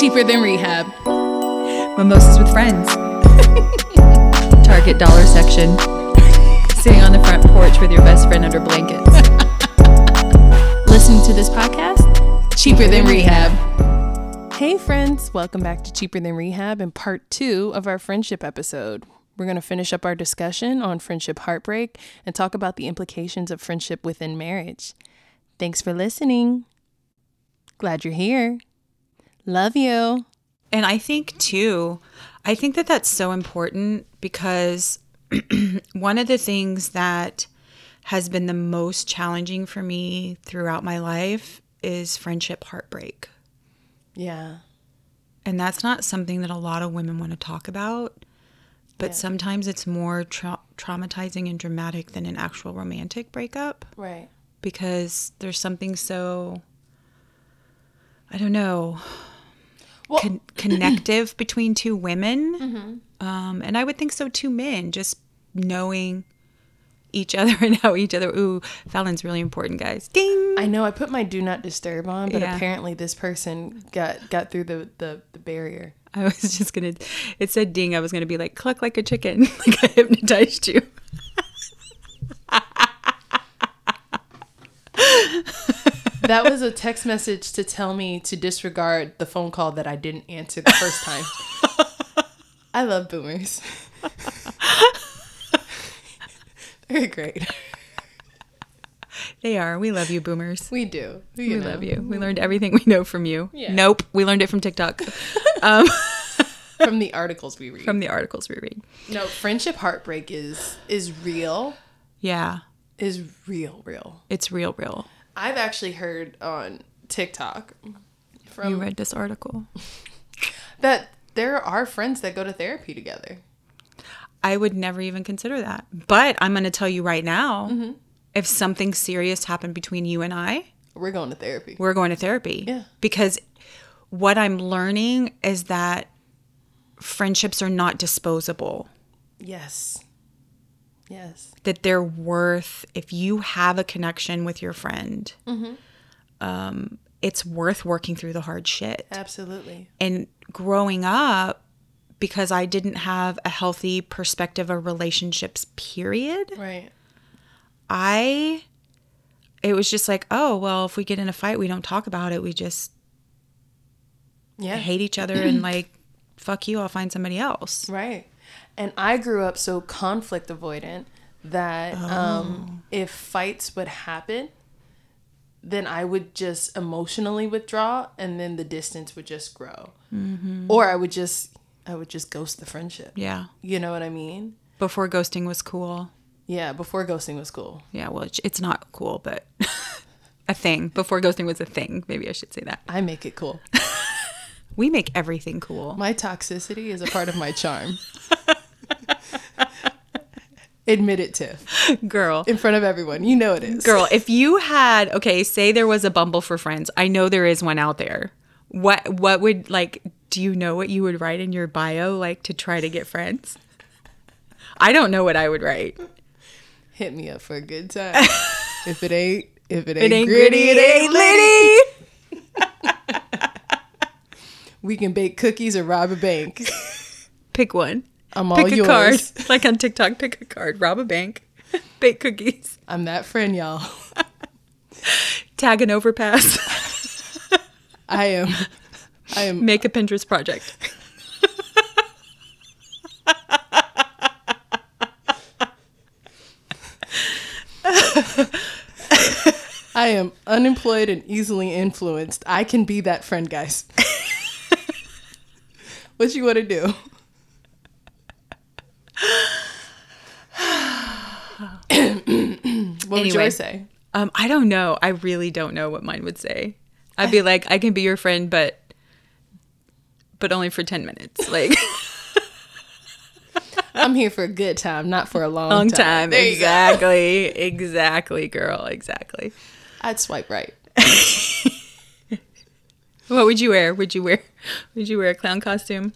Cheaper than rehab. Mimosas with friends. Target dollar section. Sitting on the front porch with your best friend under blankets. Listening to this podcast? Cheaper than rehab. Hey, friends. Welcome back to Cheaper Than Rehab and part two of our friendship episode. We're going to finish up our discussion on friendship heartbreak and talk about the implications of friendship within marriage. Thanks for listening. Glad you're here. Love you. And I think too, I think that that's so important because one of the things that has been the most challenging for me throughout my life is friendship heartbreak. Yeah. And that's not something that a lot of women want to talk about, but sometimes it's more tra- traumatizing and dramatic than an actual romantic breakup Right. because there's something so I don't know Well- con- connective between two women, Mm-hmm. um, and I would think so two men just knowing each other and how each other. Ooh, Fallon's really important, guys. Ding. I know I put my do not disturb on, but Yeah. apparently this person got got through the the, the barrier. I was just gonna. It said ding. I was gonna be like cluck like a chicken, like I hypnotized you. That was a text message to tell me to disregard the phone call that I didn't answer the first time. I love boomers. They're great. They are. We love you, boomers. We do. We love you. We learned everything we know from you. Yeah. Nope. We learned it from TikTok, From the articles we read. from the articles we read. no, friendship heartbreak is is real. Yeah. Is real real. It's real, real. I've actually heard on TikTok You from read this article. that there are friends that go to therapy together. I would never even consider that. But I'm going to tell you right now if something serious happened between you and I, We're going to therapy. we're going to therapy. Yeah. Because what I'm learning is that friendships are not disposable, Yes. Yes. that they're worth, if you have a connection with your friend, um, it's worth working through the hard shit. Absolutely. and growing up because I didn't have a healthy perspective of relationships period Right. I it was just like oh well if we get in a fight we don't talk about it we just Yeah. hate each other and like fuck you I'll find somebody else Right. And I grew up so conflict avoidant that um, if fights would happen, then I would just emotionally withdraw and then the distance would just grow. Or I would just I would just ghost the friendship. yeah You know what I mean? before ghosting was cool Yeah, before ghosting was cool. yeah well it's- it's not cool but a thing before ghosting was a thing maybe I should say that I make it cool. we make everything cool My toxicity is a part of my charm. Admit it, Tiff, girl in front of everyone. You know it is. Girl, if you had okay, say there was a Bumble for friends. I know there is one out there. What what would like do you know what you would write in your bio like to try to get friends? I don't know what I would write. hit me up for a good time. if it ain't, if it ain't, It ain't gritty, it ain't litty. litty. We can bake cookies or rob a bank. Pick one. I'm all Pick a yours. card. Like on TikTok, pick a card. Rob a bank. Bake cookies. I'm that friend, y'all. Tag an overpass. I am. I am. Make a Pinterest project. I am unemployed and easily influenced. I can be that friend, guys. what you want to do? what would Anyway. yours say? Um, I don't know. I really don't know what mine would say. I'd be like, I can be your friend, but but only for ten minutes. Like I'm here for a good time, not for a long, long time. There you go. Exactly. Exactly, girl. Exactly. I'd swipe right. What would you wear? Would you wear would you wear a clown costume?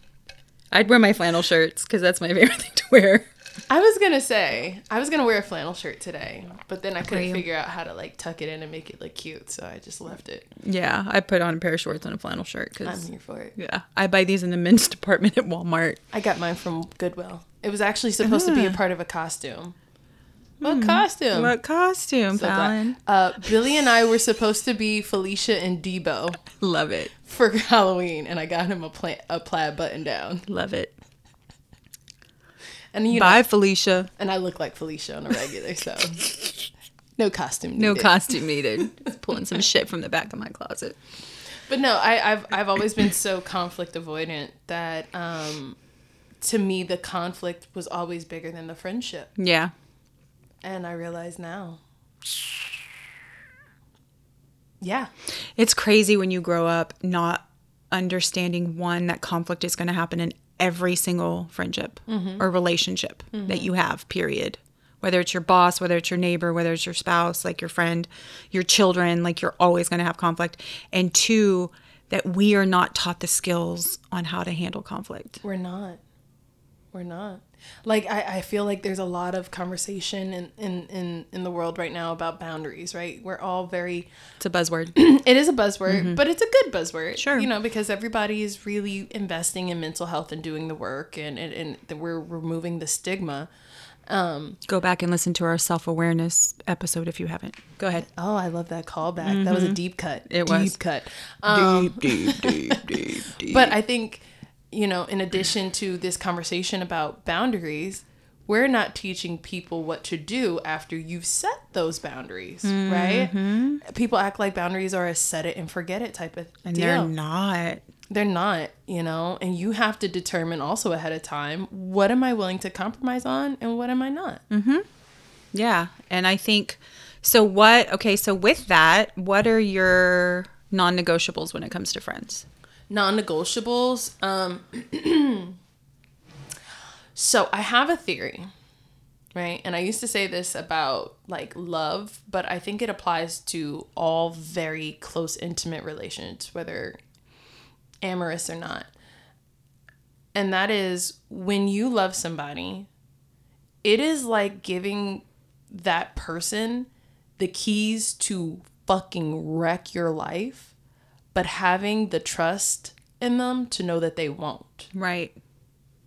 I'd wear my flannel shirts because that's my favorite thing to wear. I was gonna say I was gonna wear a flannel shirt today, but then I couldn't you? figure out how to like tuck it in and make it look cute, so I just left it. Yeah, I put on a pair of shorts and a flannel shirt because I'm here for it. yeah, I buy these in the men's department at Walmart. I got mine from Goodwill. It was actually supposed to be a part of a costume. What costume? What costume, So glad. Fallon? Uh, Billy and I were supposed to be Felicia and Debo Love it, for Halloween, and I got him a, pla- a plaid button down. love it. And you know, Bye, Felicia. and I look like Felicia on a regular, so no costume. No needed. costume needed. Just pulling some shit from the back of my closet. But no, I, I've I've always been so conflict avoidant that um, to me the conflict was always bigger than the friendship, Yeah, and I realize now. Yeah, it's crazy when you grow up not understanding one that conflict is going to happen in every single friendship or relationship that you have period whether it's your boss whether it's your neighbor whether it's your spouse like your friend your children like you're always going to have conflict and two that we are not taught the skills on how to handle conflict we're not. We're not. Like I, I feel like there's a lot of conversation in, in, in, in the world right now about boundaries, right? We're all very it's a buzzword it is a buzzword, but it's a good buzzword. Sure. You know, because everybody is really investing in mental health and doing the work and, and, and that we're removing the stigma. go back and listen to our self-awareness episode if you haven't go ahead Oh, I love that callback. That was a deep cut. Mm-hmm. It deep was. cut. Um, deep deep deep deep deep But I think, you know, in addition to this conversation about boundaries, we're not teaching people what to do after you've set those boundaries, right? People act like boundaries are a set it and forget it type of Mm-hmm. and deal. they're not they're not you know and you have to determine also ahead of time what am i willing to compromise on and what am i not Yeah. And I think so what okay, so with that, what are your non-negotiables when it comes to friends? non-negotiables um so i have a theory right and i used to say this about like love but i think it applies to all very close intimate relations whether amorous or not and that is when you love somebody it is like giving that person the keys to fucking wreck your life but having the trust in them to know that they won't, Right.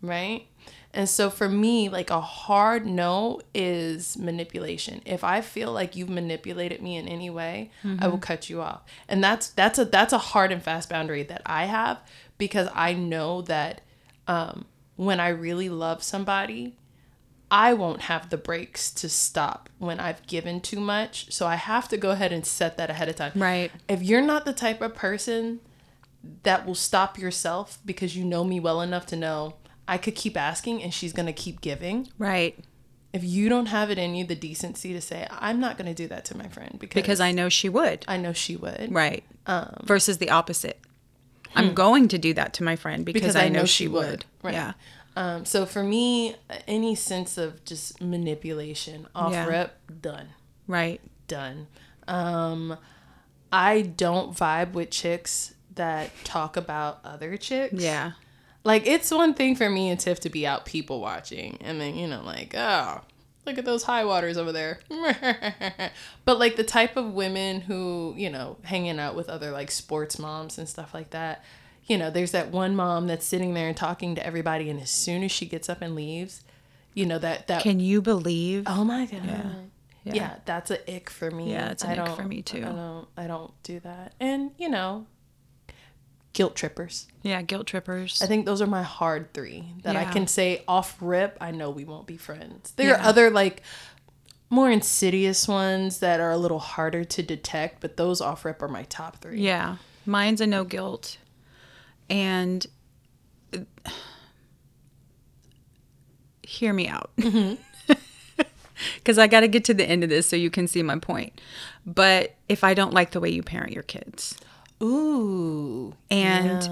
right? And so for me, like a hard no is manipulation. If I feel like you've manipulated me in any way, I will cut you off. And that's that's a that's a hard and fast boundary that I have because I know that um when I really love somebody, I won't have the breaks to stop when I've given too much. So I have to go ahead and set that ahead of time. Right. If you're not the type of person that will stop yourself because you know me well enough to know I could keep asking and she's going to keep giving. Right. If you don't have it in you the decency to say I'm not going to do that to my friend because, Because I know she would. I know she would. Right. Versus the opposite. I'm going to do that to my friend hmm. because, I, know, she would. Right. Yeah. Um, so for me, any sense of just manipulation off Yeah. rep done. Right. done. Um, I don't vibe with chicks that talk about other chicks. Yeah. Like, it's one thing for me and Tiff to be out people watching and then, you know, like, oh, look at those high waters over there. but, like, the type of women who, you know, hanging out with other, like, sports moms and stuff like that, you know, there's that one mom that's sitting there and talking to everybody, and as soon as she gets up and leaves, you know, that, that, Can you believe? oh my God. Yeah. Yeah. that's a ick for me. Yeah, it's an I ick don't- for me, too. I don't, I don't do that. And, you know, guilt trippers. Yeah, guilt trippers. I think those are my hard three that I Yeah. can say off rip. I know we won't be friends. There are other like more insidious ones that are a little harder to detect, but those off rip are my top three. Yeah. Mine's a no guilt. And uh, hear me out. Because I got to get to the end of this so you can see my point. But if I don't like the way you parent your kids, Ooh, and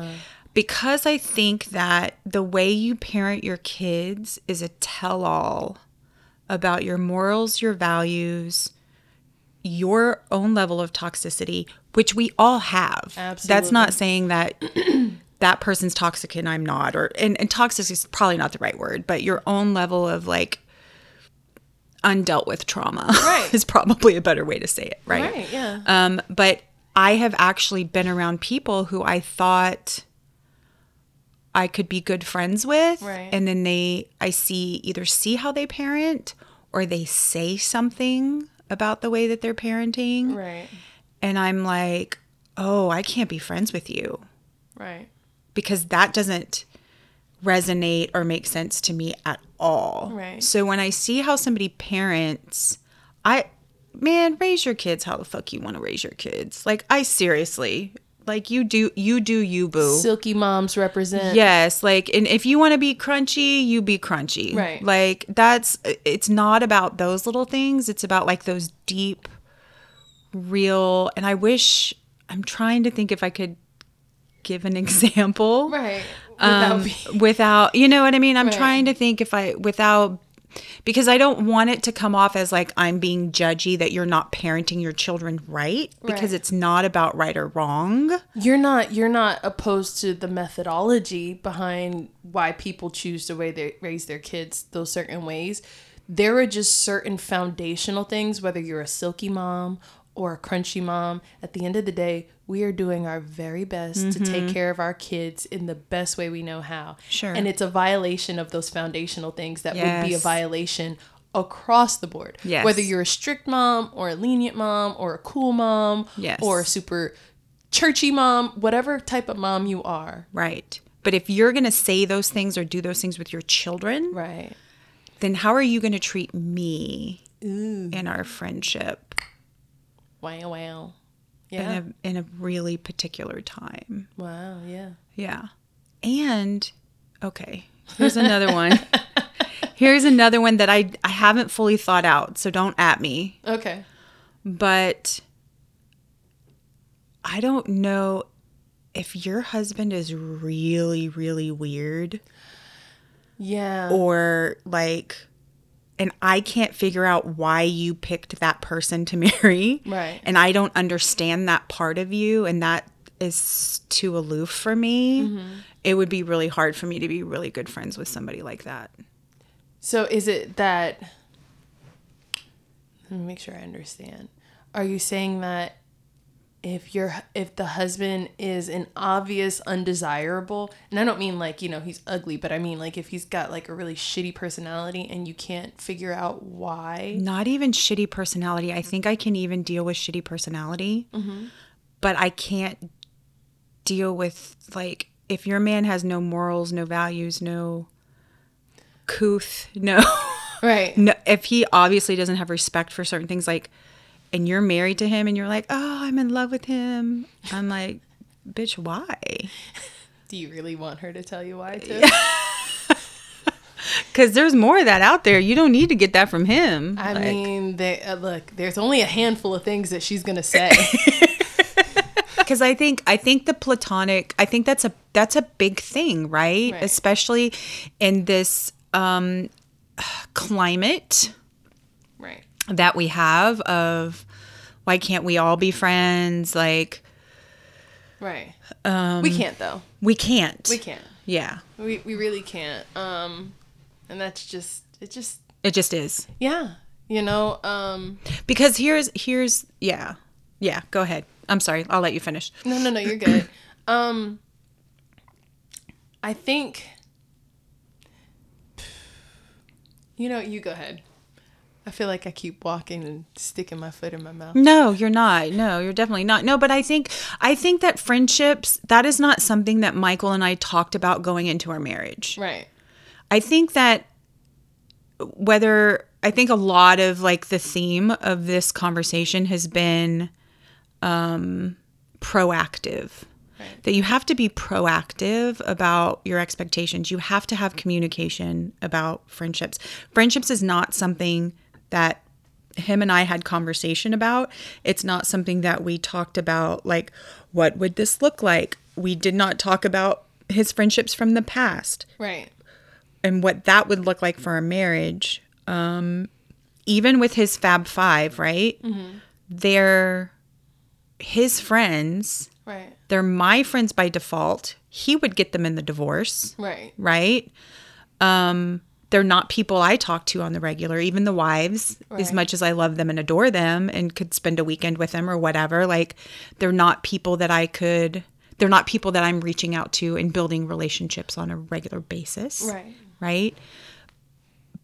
because I think that the way you parent your kids is a tell all about your morals, your values, your own level of toxicity, which we all have. That's Absolutely. not saying that that person's toxic and I'm not, or and, and toxic is probably not the right word, but your own level of like undealt with trauma Right. is probably a better way to say it, right? Right, yeah. Um, but I have actually been around people who I thought I could be good friends with, Right. and then they I see either see how they parent or they say something about the way that they're parenting, Right. and I'm like, oh, I can't be friends with you Right. because that doesn't resonate or make sense to me at all. Right. So when I see how somebody parents, I man, raise your kids how the fuck you want to raise your kids. Like I seriously, like you do you do you boo. Silky moms represent. Yes, like and if you want to be crunchy, you be crunchy. Right. Like that's it's not about those little things, it's about like those deep real and I wish I'm trying to think if I could give an example Right. Without um, being- without you know what I mean? I'm Right. trying to think if I without because I don't want it to come off as like I'm being judgy that you're not parenting your children right because Right. it's not about right or wrong. you're not you're not opposed to the methodology behind why people choose the way they raise their kids those certain ways there are just certain foundational things whether you're a silky mom or a crunchy mom at the end of the day we are doing our very best to take care of our kids in the best way we know how Mm-hmm. Sure. and it's a violation of those foundational things that would be a Yes. violation across the board Yes. whether you're a strict mom or a lenient mom or a cool mom Yes. or a super churchy mom, whatever type of mom you are. Right. But if you're going to say those things or do those things with your children, Right. then how are you going to treat me in our friendship Wow, wow. Yeah. in, a, in a really particular time? wow, yeah. Yeah. And okay, here's another one. Here's another one that I, I haven't fully thought out, so don't at me. Okay. But I don't know if your husband is really, really weird. Yeah. or like and I can't figure out why you picked that person to marry. Right. And I don't understand that part of you and that is too aloof for me. It would be really hard for me to be really good friends with somebody like that. so is it that Let me make sure I understand. Are you saying that if your if the husband is an obvious undesirable, and I don't mean like, you know, he's ugly, but I mean like if he's got like a really shitty personality and you can't figure out why. Not even shitty personality. I think I can even deal with shitty personality, but I can't deal with like if your man has no morals, no values, no couth, no Right. no, if he obviously doesn't have respect for certain things, like, and you're married to him and you're like, oh, I'm in love with him, I'm like, bitch, why? Do you really want her to tell you why too? Because there's more of that out there. You don't need to get that from him. I Like, mean, they, uh, look, there's only a handful of things that she's gonna say. because I think I think the platonic I think that's a that's a big thing, right? Right. Especially in this um, climate right. that we have of why can't we all be friends? Like Right. Um, we can't though. we can't. We can't. Yeah, We we really can't. Um, and that's just it. Just it just is. yeah. You know. Um. because here's here's yeah yeah go ahead i'm sorry i'll let you finish No, no, no. You're good. um. I think. You know, you go ahead. I feel like I keep walking and sticking my foot in my mouth. no you're not no you're definitely not no but i think i think that friendships that is not something that michael and i talked about going into our marriage Right. i think that whether i think a lot of like the theme of this conversation has been um proactive Right. that you have to be proactive about your expectations. You have to have communication about friendships. Friendships is not something that him and I had conversation about. It's not something that we talked about like what would this look like? We did not talk about his friendships from the past Right. and what that would look like for a marriage. Um, even with his Fab Five, right? They're his friends. Right. They're my friends by default. He would get them in the divorce, Right. right? Um, they're not people I talk to on the regular, even the wives, as Right. much as I love them and adore them and could spend a weekend with them or whatever. Like, they're not people that I could, they're not people that I'm reaching out to and building relationships on a regular basis. Right. Right.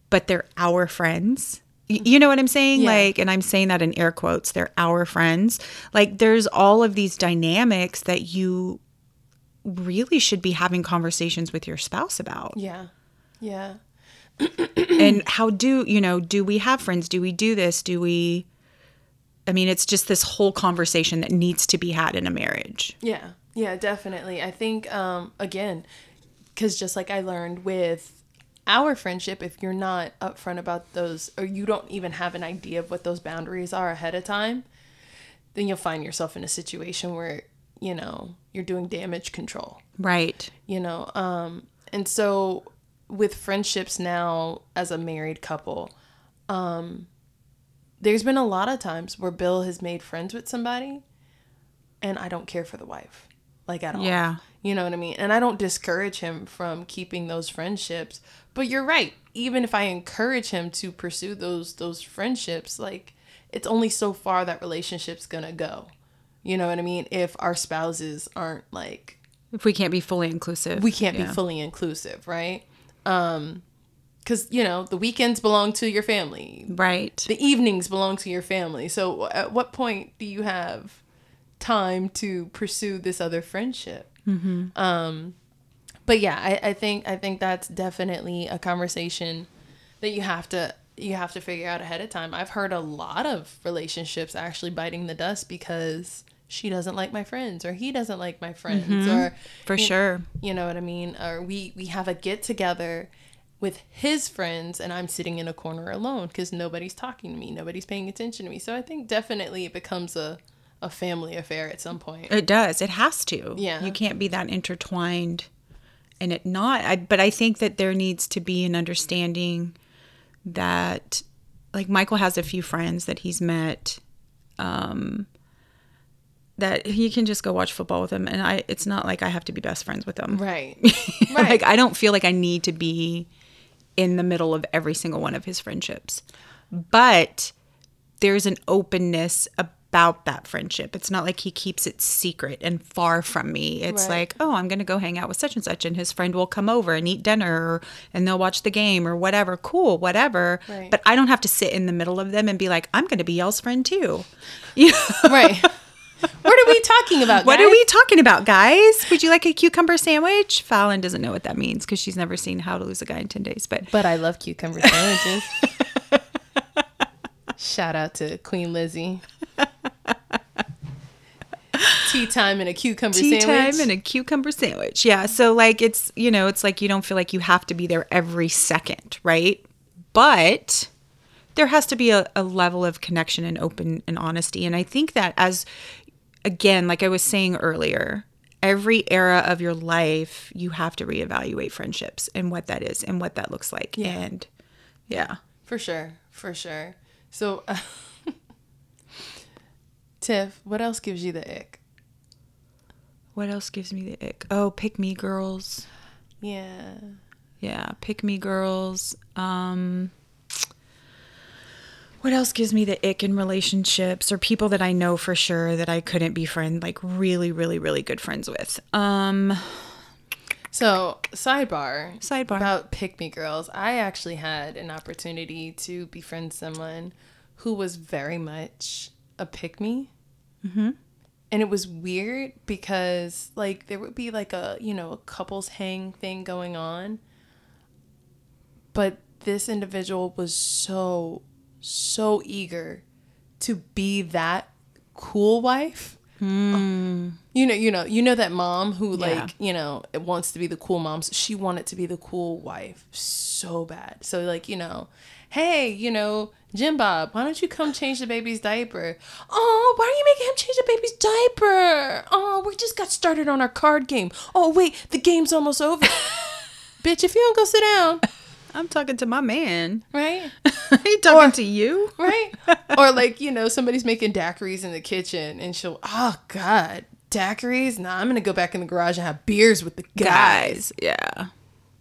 But they're our friends. Y- You know what I'm saying? Yeah. Like, and I'm saying that in air quotes, they're our friends. Like, there's all of these dynamics that you really should be having conversations with your spouse about Yeah. Yeah. and how do you know do we have friends do we do this do we i mean it's just this whole conversation that needs to be had in a marriage Yeah, yeah, definitely. I think um, again, because just like I learned with our friendship, if you're not upfront about those, or you don't even have an idea of what those boundaries are ahead of time, then you'll find yourself in a situation where you know you're doing damage control right you know um and so with friendships now as a married couple um there's been a lot of times where bill has made friends with somebody and i don't care for the wife like at all Yeah. you know what i mean and i don't discourage him from keeping those friendships but you're right even if i encourage him to pursue those those friendships like it's only so far that relationship's gonna go you know what i mean if our spouses aren't like if we can't be fully inclusive we can't be fully inclusive, right? Um cuz you know, the weekends belong to your family. right The evenings belong to your family. So at what point do you have time to pursue this other friendship? Um but yeah, I, I think I think that's definitely a conversation that you have to you have to figure out ahead of time. I've heard a lot of relationships actually biting the dust because she doesn't like my friends or he doesn't like my friends or for you- sure you know what I mean? Or we we have a get together with his friends and I'm sitting in a corner alone cuz nobody's talking to me, nobody's paying attention to me. So I think definitely it becomes a a family affair at some point. it does it has to Yeah. you can't be that intertwined and it not I, but i think that there needs to be an understanding that like michael has a few friends that he's met um that he can just go watch football with them and i it's not like i have to be best friends with them Right. like I don't feel like I need to be in the middle of every single one of his friendships. But there's an openness about that friendship. It's not like he keeps it secret and far from me. It's Right. like, oh, I'm going to go hang out with such and such and his friend will come over and eat dinner or, and they'll watch the game or whatever. Cool, whatever. Right. But I don't have to sit in the middle of them and be like, I'm going to be y'all's friend too. right. What are we talking about? What guys? are we talking about, guys? Would you like a cucumber sandwich? Fallon doesn't know what that means because she's never seen How to Lose a Guy in 10 Days. But But I love cucumber sandwiches. Shout out to Queen Lizzie. Tea time and a cucumber tea sandwich. time and a cucumber sandwich. Yeah. So, like, it's, you know, it's like you don't feel like you have to be there every second, right? But there has to be a, a level of connection and open and honesty. And I think that, as again, like I was saying earlier, every era of your life, you have to reevaluate friendships and what that is and what that looks like. And yeah. For sure, for sure. So, uh, Tiff, what else gives you the ick? What else gives me the ick? Oh, pick me girls. Yeah, Yeah, pick me girls. Um what else gives me the ick in relationships or people that I know for sure that I couldn't be friend like really, really, really good friends with? Um So, sidebar. Sidebar. About Pick Me Girls. I actually had an opportunity to befriend someone who was very much a pick me. Mm-hmm. And it was weird because, like, there would be, like, a, you know, a couples hang thing going on. But this individual was so, so eager to be that cool wife you know, you know, you know that mom who like, you know, it wants to be the cool mom. So she wanted to be the cool wife so bad. So like, you know, hey, you know, Jim Bob, why don't you come change the baby's diaper? Oh, why are you making him change the baby's diaper? Oh, we just got started on our card game. Oh, wait, the game's almost over. Bitch, if you don't go sit down, I'm talking to my man. right? he talking to you? right? or like, you know, somebody's making daiquiris in the kitchen and she'll, oh God, daiquiris? Nah, I'm gonna go back in the garage and have beers with the guys. Guys. Yeah.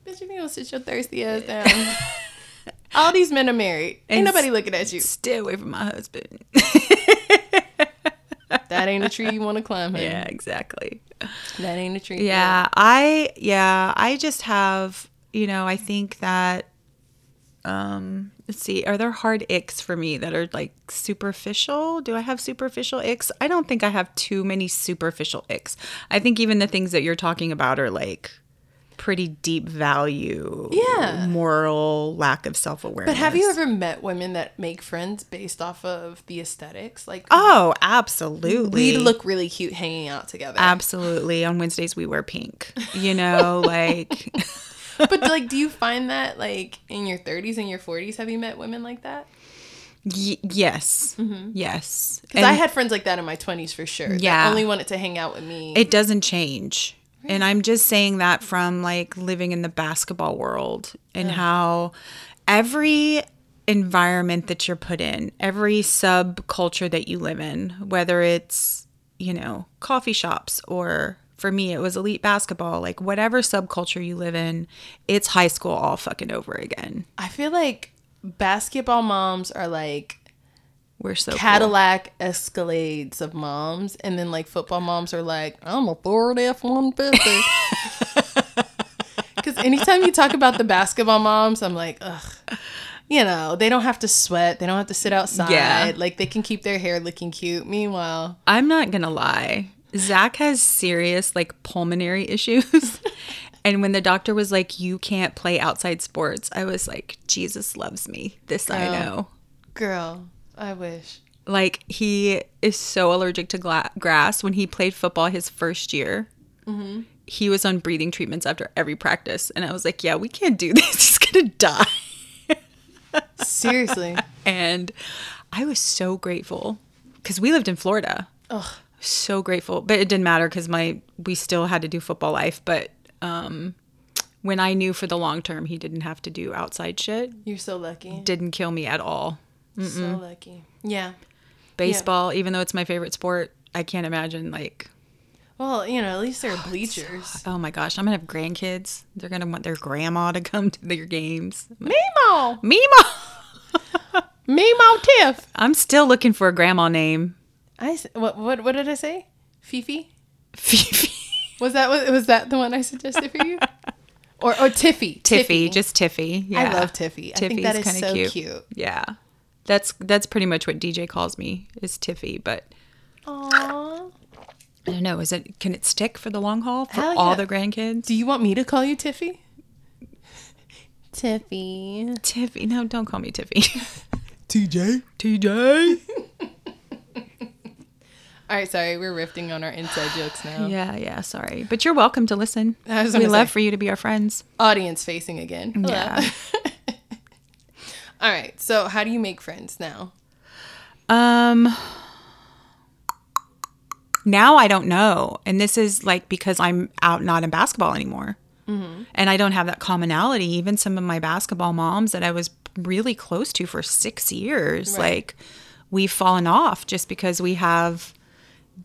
Bitch, you gonna sit your thirsty ass down. All these men are married. Ain't And nobody looking at you. Stay away from my husband. That ain't a tree you want to climb. honey. yeah, exactly. That ain't a tree. Yeah, I yeah, I just have, you know, I think that um let's see, are there hard icks for me that are like superficial? Do I have superficial icks? I don't think I have too many superficial icks. I think even the things that you're talking about are like pretty deep value, Yeah. moral lack of self-awareness. But have you ever met women that make friends based off of the aesthetics? Like, Oh, absolutely. we look really cute hanging out together. Um, absolutely on Wednesdays we wear pink. You know, like but like, do you find that like in your 30s and your 40s? Have you met women like that? Y- yes. Mm-hmm. Yes. Because I And had friends like that in my 20s for sure. Yeah. Yeah. only wanted to hang out with me. it doesn't change. And I'm just saying that from like living in the basketball world and how every environment that you're put in, every subculture that you live in, whether it's, you know, coffee shops or for me it was elite basketball, like whatever subculture you live in, it's high school all fucking over again. I feel like basketball moms are like We're so cool. Cadillac Escalades of moms, and then like football moms are like, I'm a Ford F 150. Because anytime you talk about the basketball moms, I'm like, ugh. You know, they don't have to sweat. They don't have to sit outside. Yeah. Like they can keep their hair looking cute. Meanwhile, I'm not gonna lie. Zach has serious like pulmonary issues. and when the doctor was like, You can't play outside sports, I was like, Jesus loves me. This I know. girl, I wish. Like he is so allergic to gla- grass. When he played football his first year, he was on breathing treatments after every practice. And I was like, Yeah, we can't do this. He's gonna die. Seriously. And I was so grateful because we lived in Florida. Ugh. so grateful but it didn't matter because my we still had to do football life but um when i knew for the long term he didn't have to do outside shit You're so lucky. didn't kill me at all So lucky. Yeah. baseball even though it's my favorite sport i can't imagine like Well, you know, at least they're bleachers. oh my gosh i'm gonna have grandkids they're gonna want their grandma to come to their games Mimo! mima Mimo Tiff! i'm still looking for a grandma name I, s- what, what, what did I say? Fifi? Fifi. Was that was, was that the one I suggested for you? Or or Tiffy. tiffy just tiffy yeah. I love Tiffy. I think that is kinda so cute. yeah that's that's pretty much what dj calls me is tiffy but Aww. I don't know. Is it can it stick for the long haul for Hell all yeah. the grandkids? Do you want me to call you Tiffy? Tiffy. Tiffy, no, don't call me Tiffy. TJ? TJ. All right, sorry, we're riffing on our inside jokes now. Yeah, yeah. Sorry, but you're welcome to listen. I was we gonna love say. for you to be our friends. Audience facing again. Hello. Yeah. All right, so how do you make friends now? Um. Now I don't know, and this is like because I'm out not in basketball anymore, and I don't have that commonality. Even some of my basketball moms that I was really close to for six years, like we've fallen off just because we have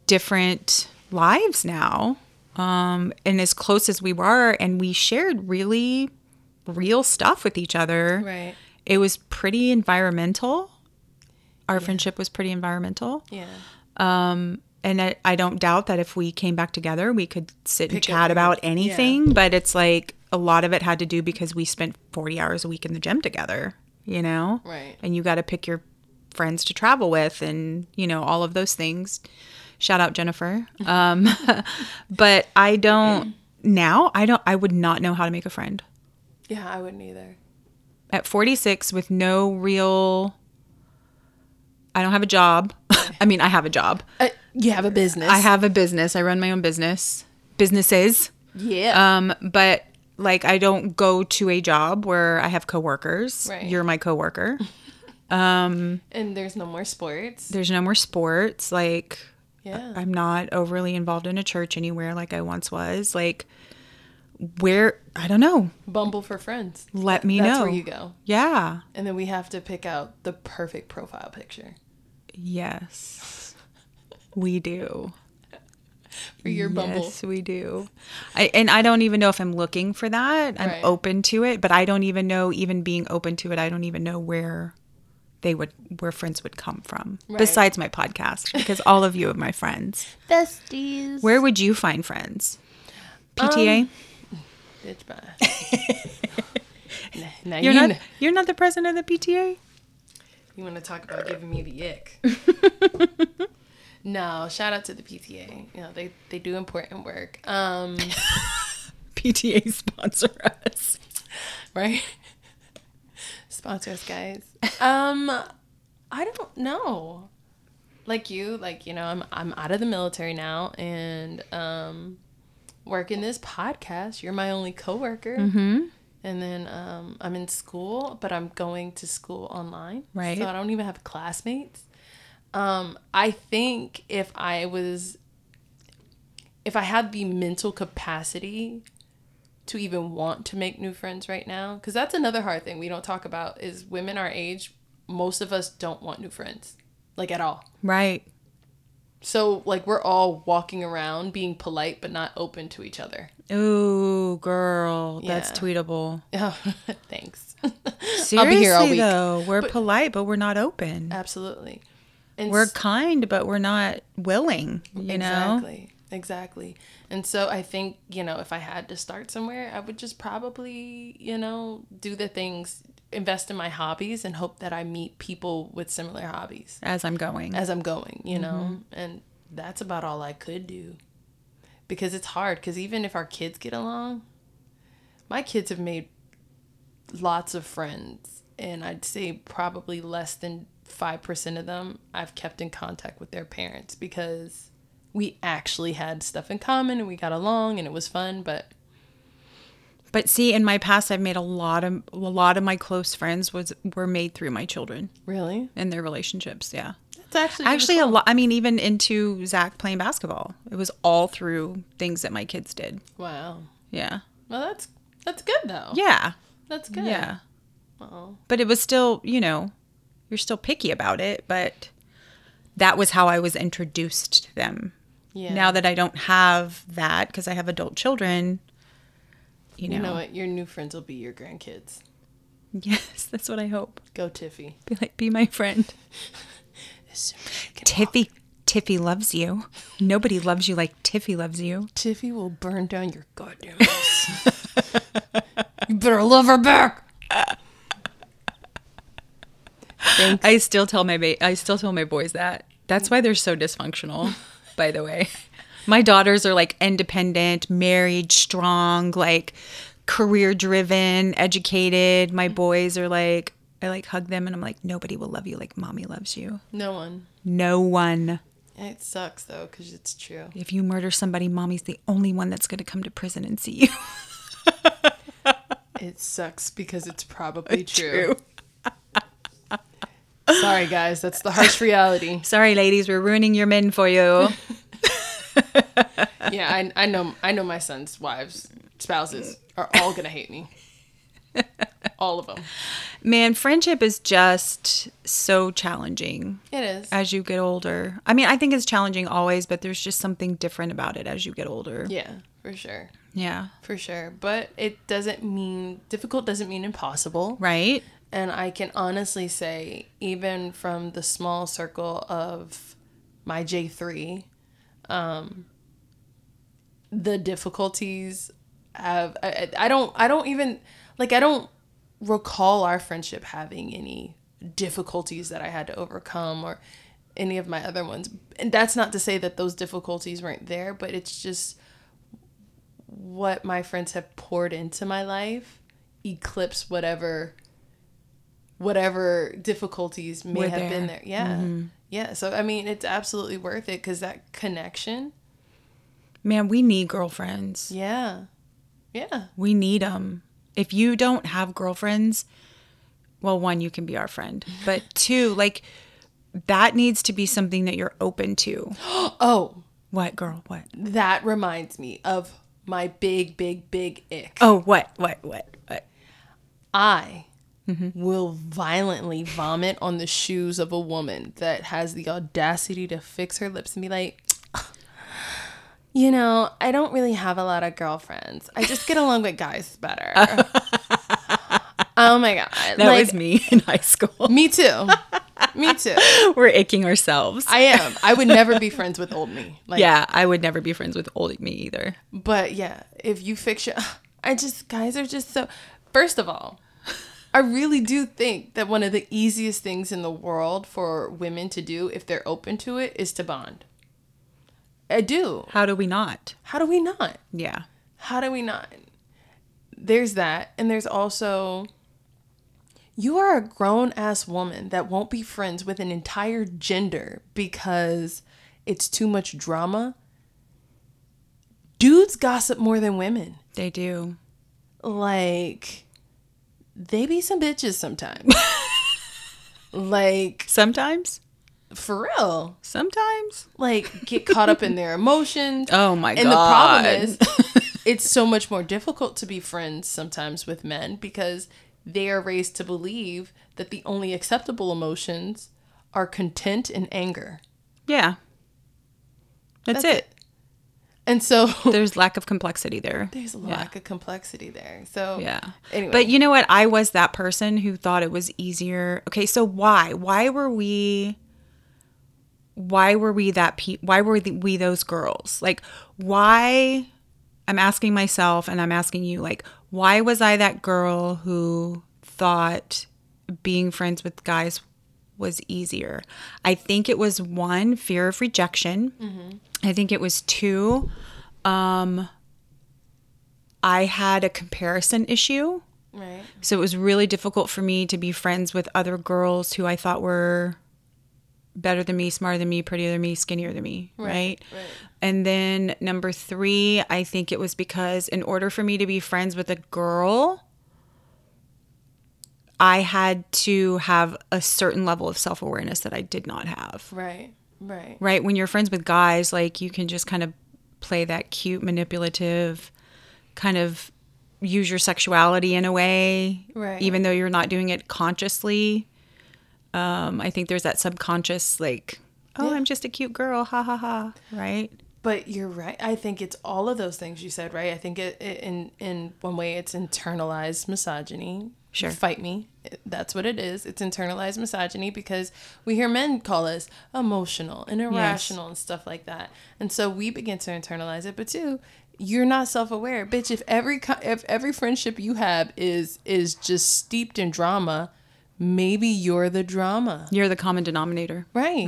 different lives now um, and as close as we were and we shared really real stuff with each other Right. it was pretty environmental our friendship was pretty environmental Yeah. and I, I don't doubt that if we came back together we could sit and Pick up chat where- about anything but it's like a lot of it had to do because we spent 40 hours a week in the gym together you know Right. and you got to pick your friends to travel with and you know all of those things shout out jennifer um, but i don't now i don't i would not know how to make a friend Yeah, I wouldn't either. at 46 with no real i don't have a job i mean i have a job Uh, you have a business. i have a business i run my own business businesses Yeah. um, but like I don't go to a job where I have coworkers. Right. You're my coworker. and there's no more sports. There's no more sports. Like Yeah. I'm not overly involved in a church anywhere like I once was. Like where I don't know. Bumble for friends. Let me That's know. where you go. Yeah. And then we have to pick out the perfect profile picture. Yes. We do. for your bumble. Yes, we do. I, and I don't even know if I'm looking for that. I'm Right. open to it, but I don't even know, even being open to it, I don't even know where they would, where friends would come from besides my podcast, because all of you are my friends. Besties. Where would you find friends? PTA? Um, Bitch, bye. Nah, nah, you're you not, kn- you're not the president of the PTA? You want to talk about giving me the ick? no, shout out to the PTA. You know they they do important work. Um, PTA sponsor us. right? Sponsor us, guys. Um, I don't know. Like you, like you know, I'm I'm out of the military now and um, work in this podcast. You're my only coworker. Mm-hmm. And then um, I'm in school, but I'm going to school online. Right. So I don't even have classmates. Um, I think if I was, if I had the mental capacity to even want to make new friends right now, because that's another hard thing we don't talk about is women our age, most of us don't want new friends, like at all. Right. So, like, we're all walking around being polite but not open to each other. Ooh, girl, that's Yeah. tweetable. Oh, thanks. Seriously, I'll be here all week. though, we're polite, but we're not open. Absolutely. And we're kind, but we're not willing. You know, Exactly. Exactly. And so I think, you know, if I had to start somewhere, I would just probably, you know, do the things, invest in my hobbies and hope that I meet people with similar hobbies as I'm going. as I'm going, you Mm-hmm. know? And that's about all I could do. Because it's hard cuz even if our kids get along, my kids have made lots of friends and I'd say probably less than 5% of them I've kept in contact with their parents because we actually had stuff in common and we got along and it was fun, but but see, in my past, I've made a lot of a lot of my close friends was were made through my children really? and their relationships. Yeah, It's actually actually, a lot. I mean, even into Zach playing basketball, it was all through things that my kids did. wow. Yeah, Well, that's that's good though. yeah, That's good. yeah. Well, but it was still you know you're still picky about it but that was how i was introduced to them Yeah. now that i don't have that because i have adult children you know, you know what? Your new friends will be your grandkids. yes that's what i hope Go Tiffy. be like be my friend Tiffy tiffy tiffy loves you nobody loves you like tiffy loves you will burn down your goddamn house. you better love her back. Thanks. i still tell my ba- i still tell my boys that that's why they're so dysfunctional by the way my daughters are like independent married strong like career driven educated my boys are like i like hug them and i'm like nobody will love you like mommy loves you No one. no one It sucks though, because it's true. if you murder somebody mommy's the only one that's going to come to prison and see you It sucks because it's probably true. Sorry, guys. That's the harsh reality. sorry ladies we're ruining your men for you Yeah, I, I know. I know my son's wives, spouses are all gonna hate me. All of them. man friendship is just so challenging It is. as you get older. I mean, I think it's challenging always, but there's just something different about it as you get older. Yeah. Yeah, for sure. For sure. But it doesn't mean difficult. Doesn't mean impossible. Right? And I can honestly say, even from the small circle of my J3, um, the difficulties have I, I- I don't I don't even like I don't recall our friendship having any difficulties that I had to overcome or any of my other ones. And that's not to say that those difficulties weren't there, but it's just what my friends have poured into my life eclipse whatever whatever difficulties may Were have been there. Mm-hmm. there. Yeah. Yeah, so I mean, it's absolutely worth it cuz that connection. Man, we need girlfriends. Yeah. Yeah. We need them. If you don't have girlfriends, well, one, you can be our friend, but two, like that needs to be something that you're open to. Oh, What, girl? What? That reminds me of my big, big, big ick. Oh, what? What? What? What? I will violently vomit on the shoes of a woman that has the audacity to fix her lips and be like, You know, I don't really have a lot of girlfriends. I just get along with guys better. oh my god. That Like, was me in high school. me too. me too. We're aching ourselves. I am. I would never be friends with old me. Like yeah, I would never be friends with old me either. But yeah, if you fix your, I just guys are just so. First of all, I really do think that one of the easiest things in the world for women to do, if they're open to it, is to bond. I do. How do we not? How do we not? Yeah. How do we not? There's that, and there's also. You are a grown ass woman that won't be friends with an entire gender because it's too much drama. Dudes gossip more than women They do. like they be some bitches sometimes. like Sometimes. for real. Sometimes. Like get caught up in their emotions. Oh my And the problem God. is it's so much more difficult to be friends sometimes with men because they are raised to believe that the only acceptable emotions are content and anger. Yeah. That's, That's it. And so There's lack of complexity there. there's a lack of complexity there. So Yeah. Anyway. But you know what? I was that person who thought it was easier. Okay, so why? Why were we why were we that pe- why were the, we those girls? Like why I'm asking myself and I'm asking you like why was I that girl who thought being friends with guys was easier? I think it was one fear of rejection. I think it was two I had a comparison issue. right. So it was really difficult for me to be friends with other girls who I thought were better than me, smarter than me, prettier than me, skinnier than me, right? right. And then number 3, I think it was because in order for me to be friends with a girl, I had to have a certain level of self-awareness that I did not have Right. Right. right? When you're friends with guys, like you can just kind of play that cute, manipulative, kind of use your sexuality in a way, Right. even though you're not doing it consciously. Um, I think there's that subconscious, like, oh, I'm just a cute girl, ha ha ha, right? But you're right. I think it's all of those things you said, right? I think it, it, in in one way it's internalized misogyny. Sure. Fight me. That's what it is. It's internalized misogyny because we hear men call us emotional and irrational and stuff like that. And so we begin to internalize it. But two, you're not self-aware. Bitch, if every co- if every friendship you have is is just steeped in drama, maybe you're the drama. You're the common denominator. Right.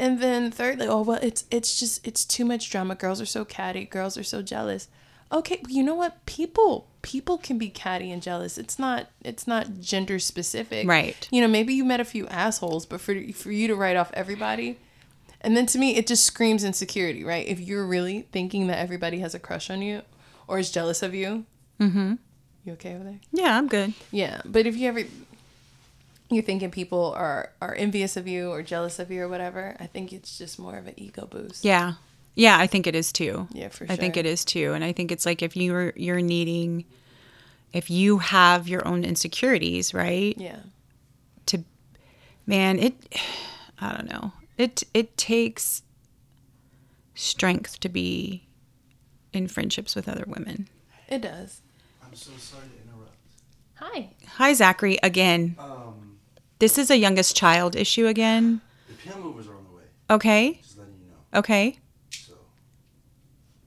And then thirdly, oh well, it's it's just it's too much drama. Girls are so catty. Girls are so jealous. Okay, you know what? People people can be catty and jealous. It's not it's not gender specific. Right. You know, maybe you met a few assholes, but for for you to write off everybody, and then to me, it just screams insecurity. Right? If you're really thinking that everybody has a crush on you or is jealous of you. Mm-hmm. You okay over there? Yeah, I'm good. Yeah, but if you ever you're thinking people are are envious of you or jealous of you or whatever, I think it's just more of an ego boost. Yeah. Yeah, I think it is too. Yeah, for I think sure. it is too. And I think it's like if you're you're needing if you have your own insecurities, right? Yeah. to man it i don't know it it takes strength to be in friendships with other women It does. I'm so sorry to interrupt. Hi. hi zachary again Um, this is a youngest child issue again the pan movers are on the way. okay Just letting you know. okay So,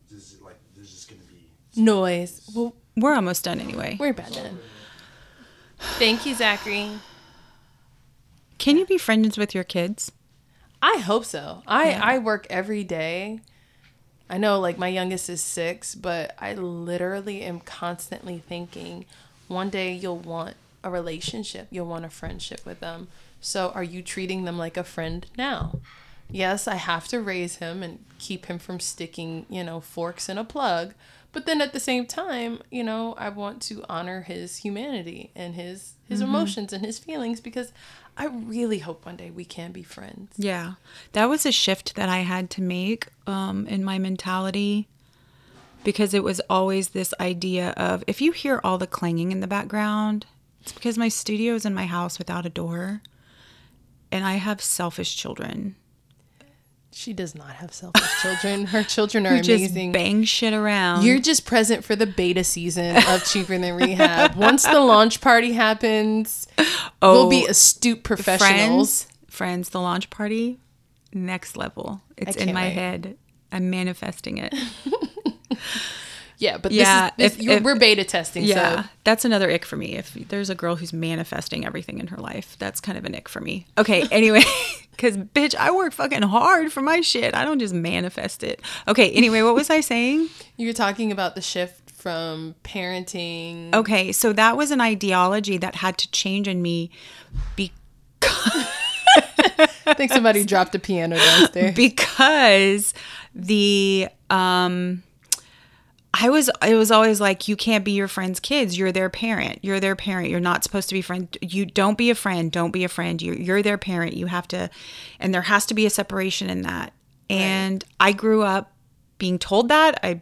this is like there's just gonna be. Noise. Well, we're almost done anyway we're about done. Thank you, Zachary. can you be friends with your kids I hope so. I I work every day. I know like my youngest is 6, but I literally am constantly thinking one day you'll want a relationship, you'll want a friendship with them. So are you treating them like a friend now? Yes, I have to raise him and keep him from sticking, you know, forks in a plug. But then at the same time, you know, I want to honor his humanity and his his emotions and his feelings because I really hope one day we can be friends. yeah that was a shift that i had to make um, in my mentality because it was always this idea of if you hear all the clanging in the background, it's because my studio is in my house without a door and I have selfish children. She does not have selfish children. Her children are Who just amazing. bang shit around. You're just present for the beta season of Cheaper Than Rehab. Once the launch party happens, we'll be Oh. astute professionals. friends, friends, the launch party, next level. It's in can't my wait. head. I'm manifesting it. Yeah, but Yeah, this is if- this, you're if- we're beta testing, Yeah, so that's another ick for me. If there's a girl who's manifesting everything in her life, that's kind of an ick for me. Okay, anyway, because bitch, I work fucking hard for my shit. I don't just manifest it. Okay, anyway, what was I saying? you're talking about the shift from parenting. Okay, so that was an ideology that had to change in me because. I think somebody dropped a piano downstairs. because the um I was it was always like you can't be your friend's kids. You're their parent. You're their parent. You're not supposed to be friend. You don't be a friend. Don't be a friend. You you're their parent. You have to and there has to be a separation in that. And I grew up being told that. I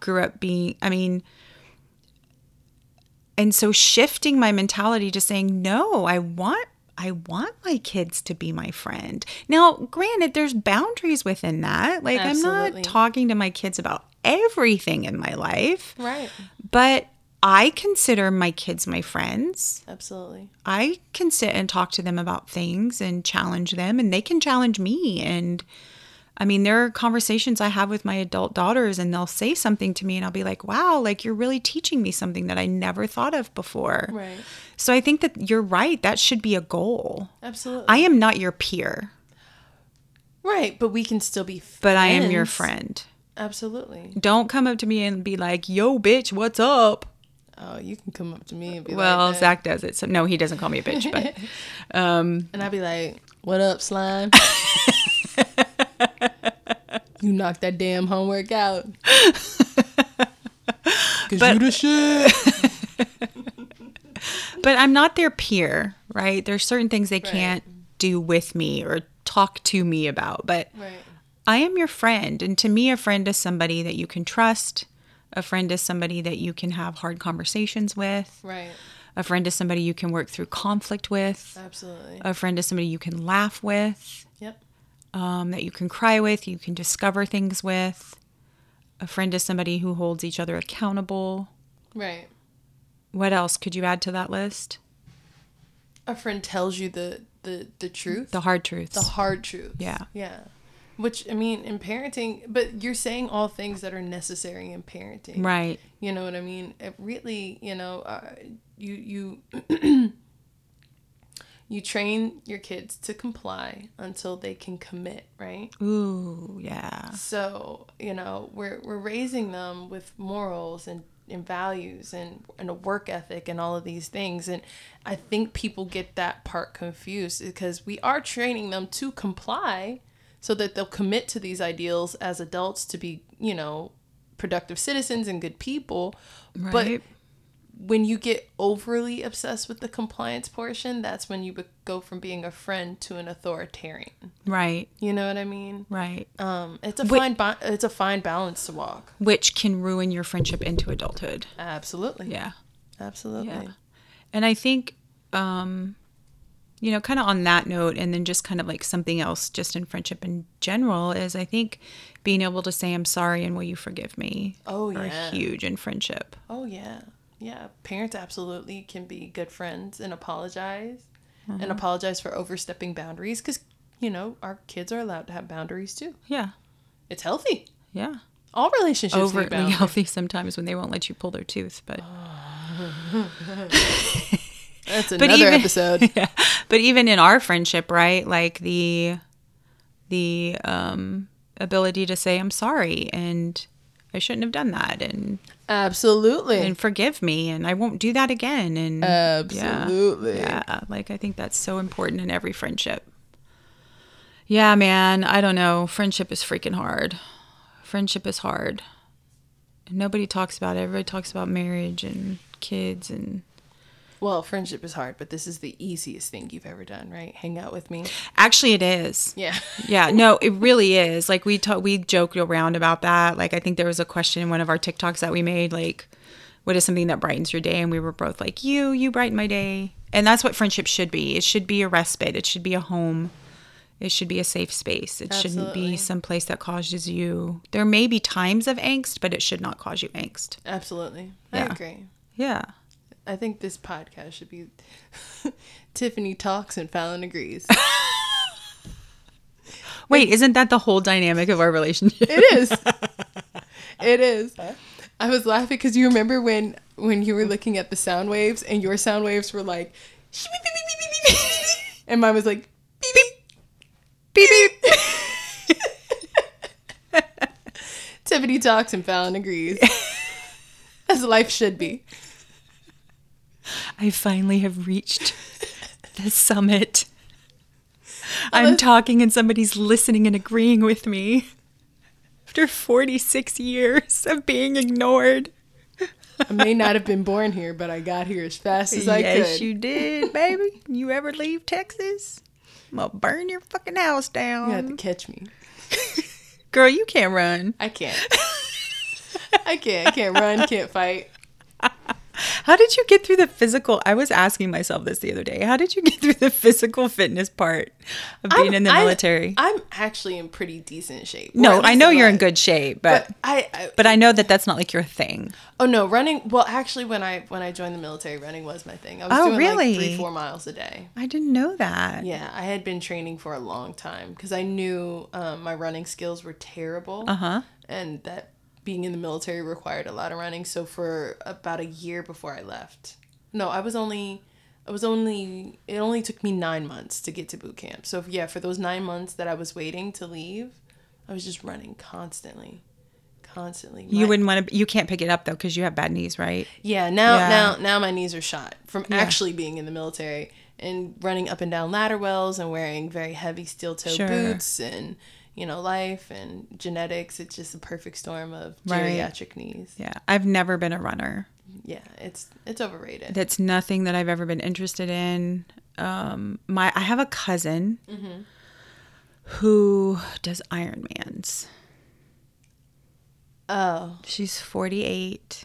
grew up being I mean and so shifting my mentality to saying no i want i want my kids to be my friend now granted there's boundaries within that like i'm Absolutely. not talking to my kids about everything in my life Right. but i consider my kids my friends Absolutely. I can sit and talk to them about things and challenge them, and they can challenge me. And I mean, there are conversations I have with my adult daughters, and they'll say something to me, and I'll be like, wow, like you're really teaching me something that I never thought of before. Right. So I think that you're right. That should be a goal. Absolutely. I am not your peer, right, but we can still be friends. but I am your friend. Absolutely. Don't come up to me and be like, yo, bitch, what's up? Oh, you can come up to me and be Well, like, that. Zach does it. So, no, he doesn't call me a bitch, but and I'd be like, "What up, slime? you knocked that damn homework out." Cause you the shit. but I'm not their peer, right? There's certain things they can't do with me or talk to me about, but Right. I am your friend. And to me, a friend is somebody that you can trust. A friend is somebody that you can have hard conversations with. Right. A friend is somebody you can work through conflict with. Absolutely. A friend is somebody you can laugh with, Yep. um, that you can cry with, you can discover things with. A friend is somebody who holds each other accountable. Right. What else could you add to that list? A friend tells you the the the truth, The hard truths. the hard truth. Yeah. Yeah. Which I mean, in parenting, but you're saying all things that are necessary in parenting. right. You know what I mean? It really, you know, uh, you you you train your kids to comply until they can commit, right? Ooh, yeah. So you know, we're we're raising them with morals and and values and and a work ethic and all of these things and i think people get that part confused because we are training them to comply so that they'll commit to these ideals as adults to be you know productive citizens and good people but Right. when you get overly obsessed with the compliance portion, that's when you be- go from being a friend to an authoritarian. Right, You know what I mean? right. Um, it's a fine ba- it's a fine balance to walk. Which can ruin your friendship into adulthood. Absolutely. Yeah. Absolutely. Yeah. And I think, um, you know, kind of on that note, and then just kind of like something else just in friendship in general is I think being able to say, I'm sorry and will you forgive me? Oh, are yeah. huge in friendship. Oh yeah. Yeah, parents absolutely can be good friends and apologize Uh-huh. and apologize for overstepping boundaries cuz you know, our kids are allowed to have boundaries too. Yeah. It's healthy. Yeah. All relationships need Overtly boundaries. healthy sometimes when they won't let you pull their tooth, but. That's But another even- episode. yeah. But even in our friendship, right? Like the the um ability to say I'm sorry and I shouldn't have done that and absolutely. and forgive me and I won't do that again and yeah. Absolutely. Yeah, like I think that's so important in every friendship. Yeah, man, I don't know. Friendship is freaking hard. Friendship is hard. Nobody talks about it. Everybody talks about marriage and kids and Well, friendship is hard, but this is the easiest thing you've ever done, right? Hang out with me. actually it is. Yeah. yeah no it really is like we talk we joked around about that like i think there was a question in one of our tiktoks that we made like what is something that brightens your day and we were both like you you brighten my day and that's what friendship should be it should be a respite it should be a home It should be a safe space. It shouldn't Absolutely. be someplace that causes you. There may be times of angst, but it should not cause you angst. Absolutely. I Yeah. agree. Yeah. I think this podcast should be Tiffany talks and Fallon agrees. Wait, isn't that the whole dynamic of our relationship? It is. It is. I was laughing because you remember when when you were looking at the sound waves and your sound waves were like, and mine was like, beep beep beep beep. Tiffany talks and Fallon agrees. As life should be. I finally have reached the summit. I'm talking and somebody's listening and agreeing with me. After 46 years of being ignored. I may not have been born here, but I got here as fast as I yes, could. you did, baby. You ever leave Texas? I'm gonna burn your fucking house down. you had to catch me. Girl, you can't run. I can't. I can't. Can't run. Can't fight. How did you get through the physical? I was asking myself this the other day. How did you get through the physical fitness part of being I'm- in the I- military? I'm actually in pretty decent shape. Or no, at I least know am you're in I. good shape, But but I, I but I know that that's not like your thing. oh no, running. Well, actually, when I when I joined the military, running was my thing. I was Oh, doing really? like three four miles a day. I didn't know that. Yeah, I had been training for a long time because I knew um, my running skills were terrible. Uh Uh-huh. huh. And that being in the military required a lot of running. So for about a year before I left, no, I was only, I was only, it only took me nine months to get to boot camp. So yeah, for those nine months that I was waiting to leave, I was just running constantly, constantly. You My- wouldn't want to. You can't pick it up though because you have bad knees, right? yeah, now Yeah. now now my knees are shot from actually being in the military and running up and down ladder wells and wearing very heavy steel toe Sure. boots and you know life and genetics. It's just a perfect storm of Right. geriatric knees. Yeah, I've never been a runner. Yeah, it's it's overrated. That's nothing that I've ever been interested in. Um, my I have a cousin Mm-hmm. who does Ironmans. Oh, She's 48.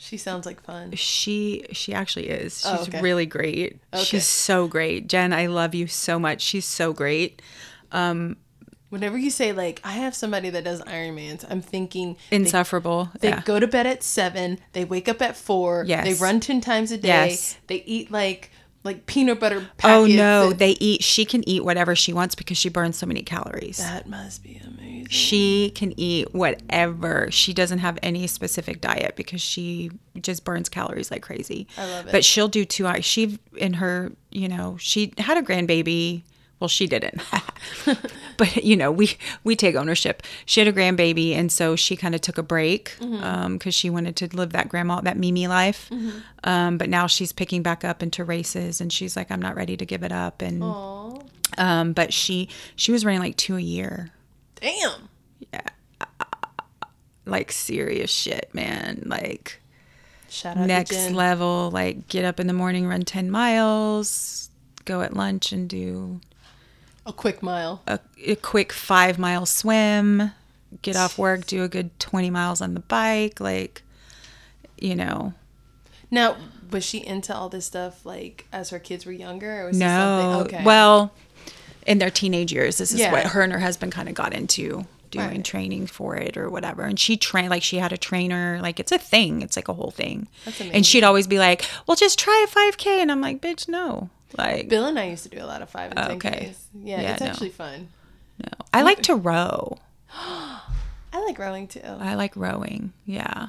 she sounds like fun. She she actually is. She's Oh, okay. really great. Okay. She's so great. Jen, I love you so much. She's so great. Whenever you say like I have somebody that does Ironmans, I'm thinking Insufferable. They yeah. go to bed at seven. They wake up at four. Yes. They run ten times a day. Yes. They eat like like peanut butter. Oh packets no, and- they eat she can eat whatever she wants because she burns so many calories. that must be amazing. She can eat whatever. She doesn't have any specific diet because she just burns calories like crazy. I love it. But she'll do two hours. She in her, you know, she had a grandbaby. Well, she didn't. but you know, we we take ownership. She had a grandbaby, and so she kind of took a break Mm-hmm. because she wanted to live that grandma, that Mimi life. Um, but now she's picking back up into races, and she's like, I'm not ready to give it up. And Oh. um, but she she was running like two a year Damn. like serious shit, man. Like Shout out to next Jen. level, like get up in the morning, run 10 miles, go at lunch and do a quick mile. a, a quick five mile swim, get off work, do a good 20 miles on the bike. Like, you know, Now, was she into all this stuff like as her kids were younger, or was this no. something? Okay. Well, in their teenage years, this is Yeah. what her and her husband kind of got into doing Right. training for it or whatever. And she trained, like, she had a trainer. Like, it's a thing, it's like a whole thing. That's amazing. And she'd always be like, well, just try a 5K. And I'm like, bitch, no. Like, Bill and I used to do a lot of five and ten Okay. Ks. Yeah, Yeah, it's no. actually fun. no. I like to row. I like rowing too. I like rowing. Yeah.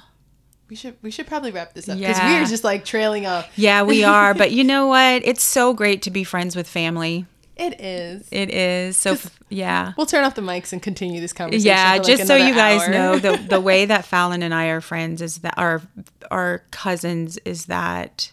We should we should probably wrap this up because we Yeah. are just like trailing off. Yeah, we are. but you know what? It's so great to be friends with family. It is. It is. So, yeah. We'll turn off the mics and continue this conversation. Yeah, for, like, just so another you guys hour. know, the the way that Fallon and I are friends is that our our cousins is that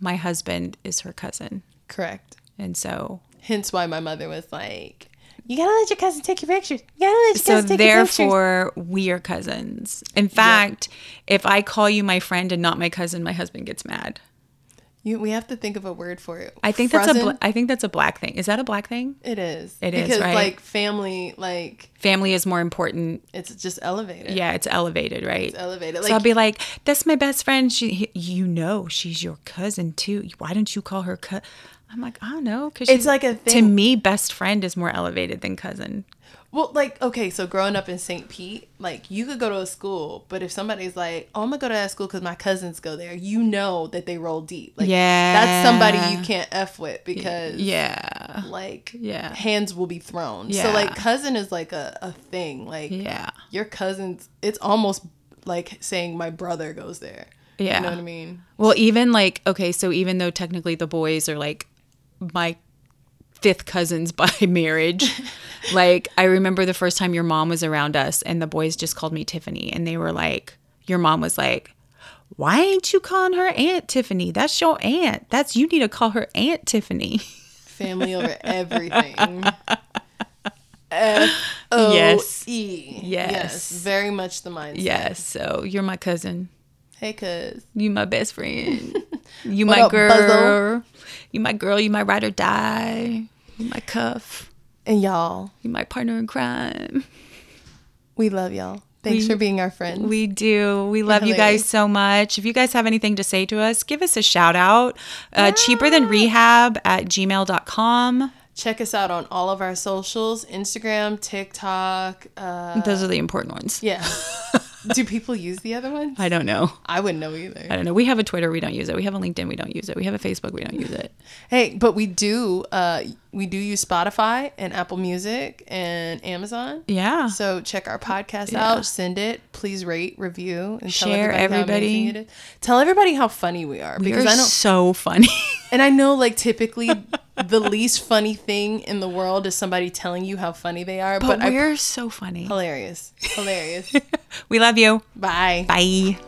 my husband is her cousin, Correct. and so Hence why my mother was like, "You gotta let your cousin take your pictures. You gotta let your so cousin take your pictures." therefore we are cousins. In fact, if I call you my friend and not my cousin, my husband gets mad. You, we have to think of a word for it. I think that's a Frozen? bla- I think that's a black thing. Is that a black thing? It is. It is, because right? like family, like Family is more important. it's just elevated. Yeah, it's elevated, right? It's elevated. so I'll Like- be like, "That's my best friend. She, he- you know, she's your cousin too. Why don't you call her cousin?" I'm like, I don't know. Cause It's she's- like a To thing. me, best friend is more elevated than cousin. Well, like, okay, so growing up in St. Pete, like, you could go to a school, but if somebody's like, oh, I'm going to go to that school because my cousins go there, you know that they roll deep. Like, That's somebody Yeah. you can't F with because, Yeah. like, Yeah. hands will be thrown. So, Yeah. like, cousin is like a, a thing. Like, Yeah. your cousins, it's almost like saying my brother goes there. Yeah. You know what I mean? Well, even like, okay, so even though technically the boys are like my fifth cousins by marriage, like I remember the first time your mom was around us and the boys just called me Tiffany and they were like, your mom was like, why ain't you calling her Aunt Tiffany? That's your aunt. That's, you need to call her Aunt Tiffany. Family over everything. F O E. Yes. Yes. Yes. Very much the mindset. Yes. So you're my cousin. Hey, cuz. You my best friend. You What my up, girl. Buzzle? You my girl. You my ride or die. You my cuff. And y'all, You my partner in crime. we love y'all. Thanks for being our friends. We do. We love you guys hilarious. so much. If you guys have anything to say to us, give us a shout out. Uh, Cheaper than rehab at gmail.com. Check us out on all of our socials Instagram, TikTok. Uh, Those are the important ones. yeah. Do people use the other ones? I don't know. I wouldn't know I either. don't know. We have a Twitter. We don't use it. We have a LinkedIn. We don't use it. We have a Facebook. We don't use it. Hey, but we do. Uh, we do use Spotify and Apple Music and Amazon. Yeah. So check our podcast out. Send it. Please rate, review, and tell Share everybody, how everybody. amazing it is. Tell everybody how funny we are because You're I don't. so funny. And I know, like typically, the least funny thing in the world is somebody telling you how funny they are. But, but I we're so funny. hilarious, hilarious. We love you. Bye. Bye.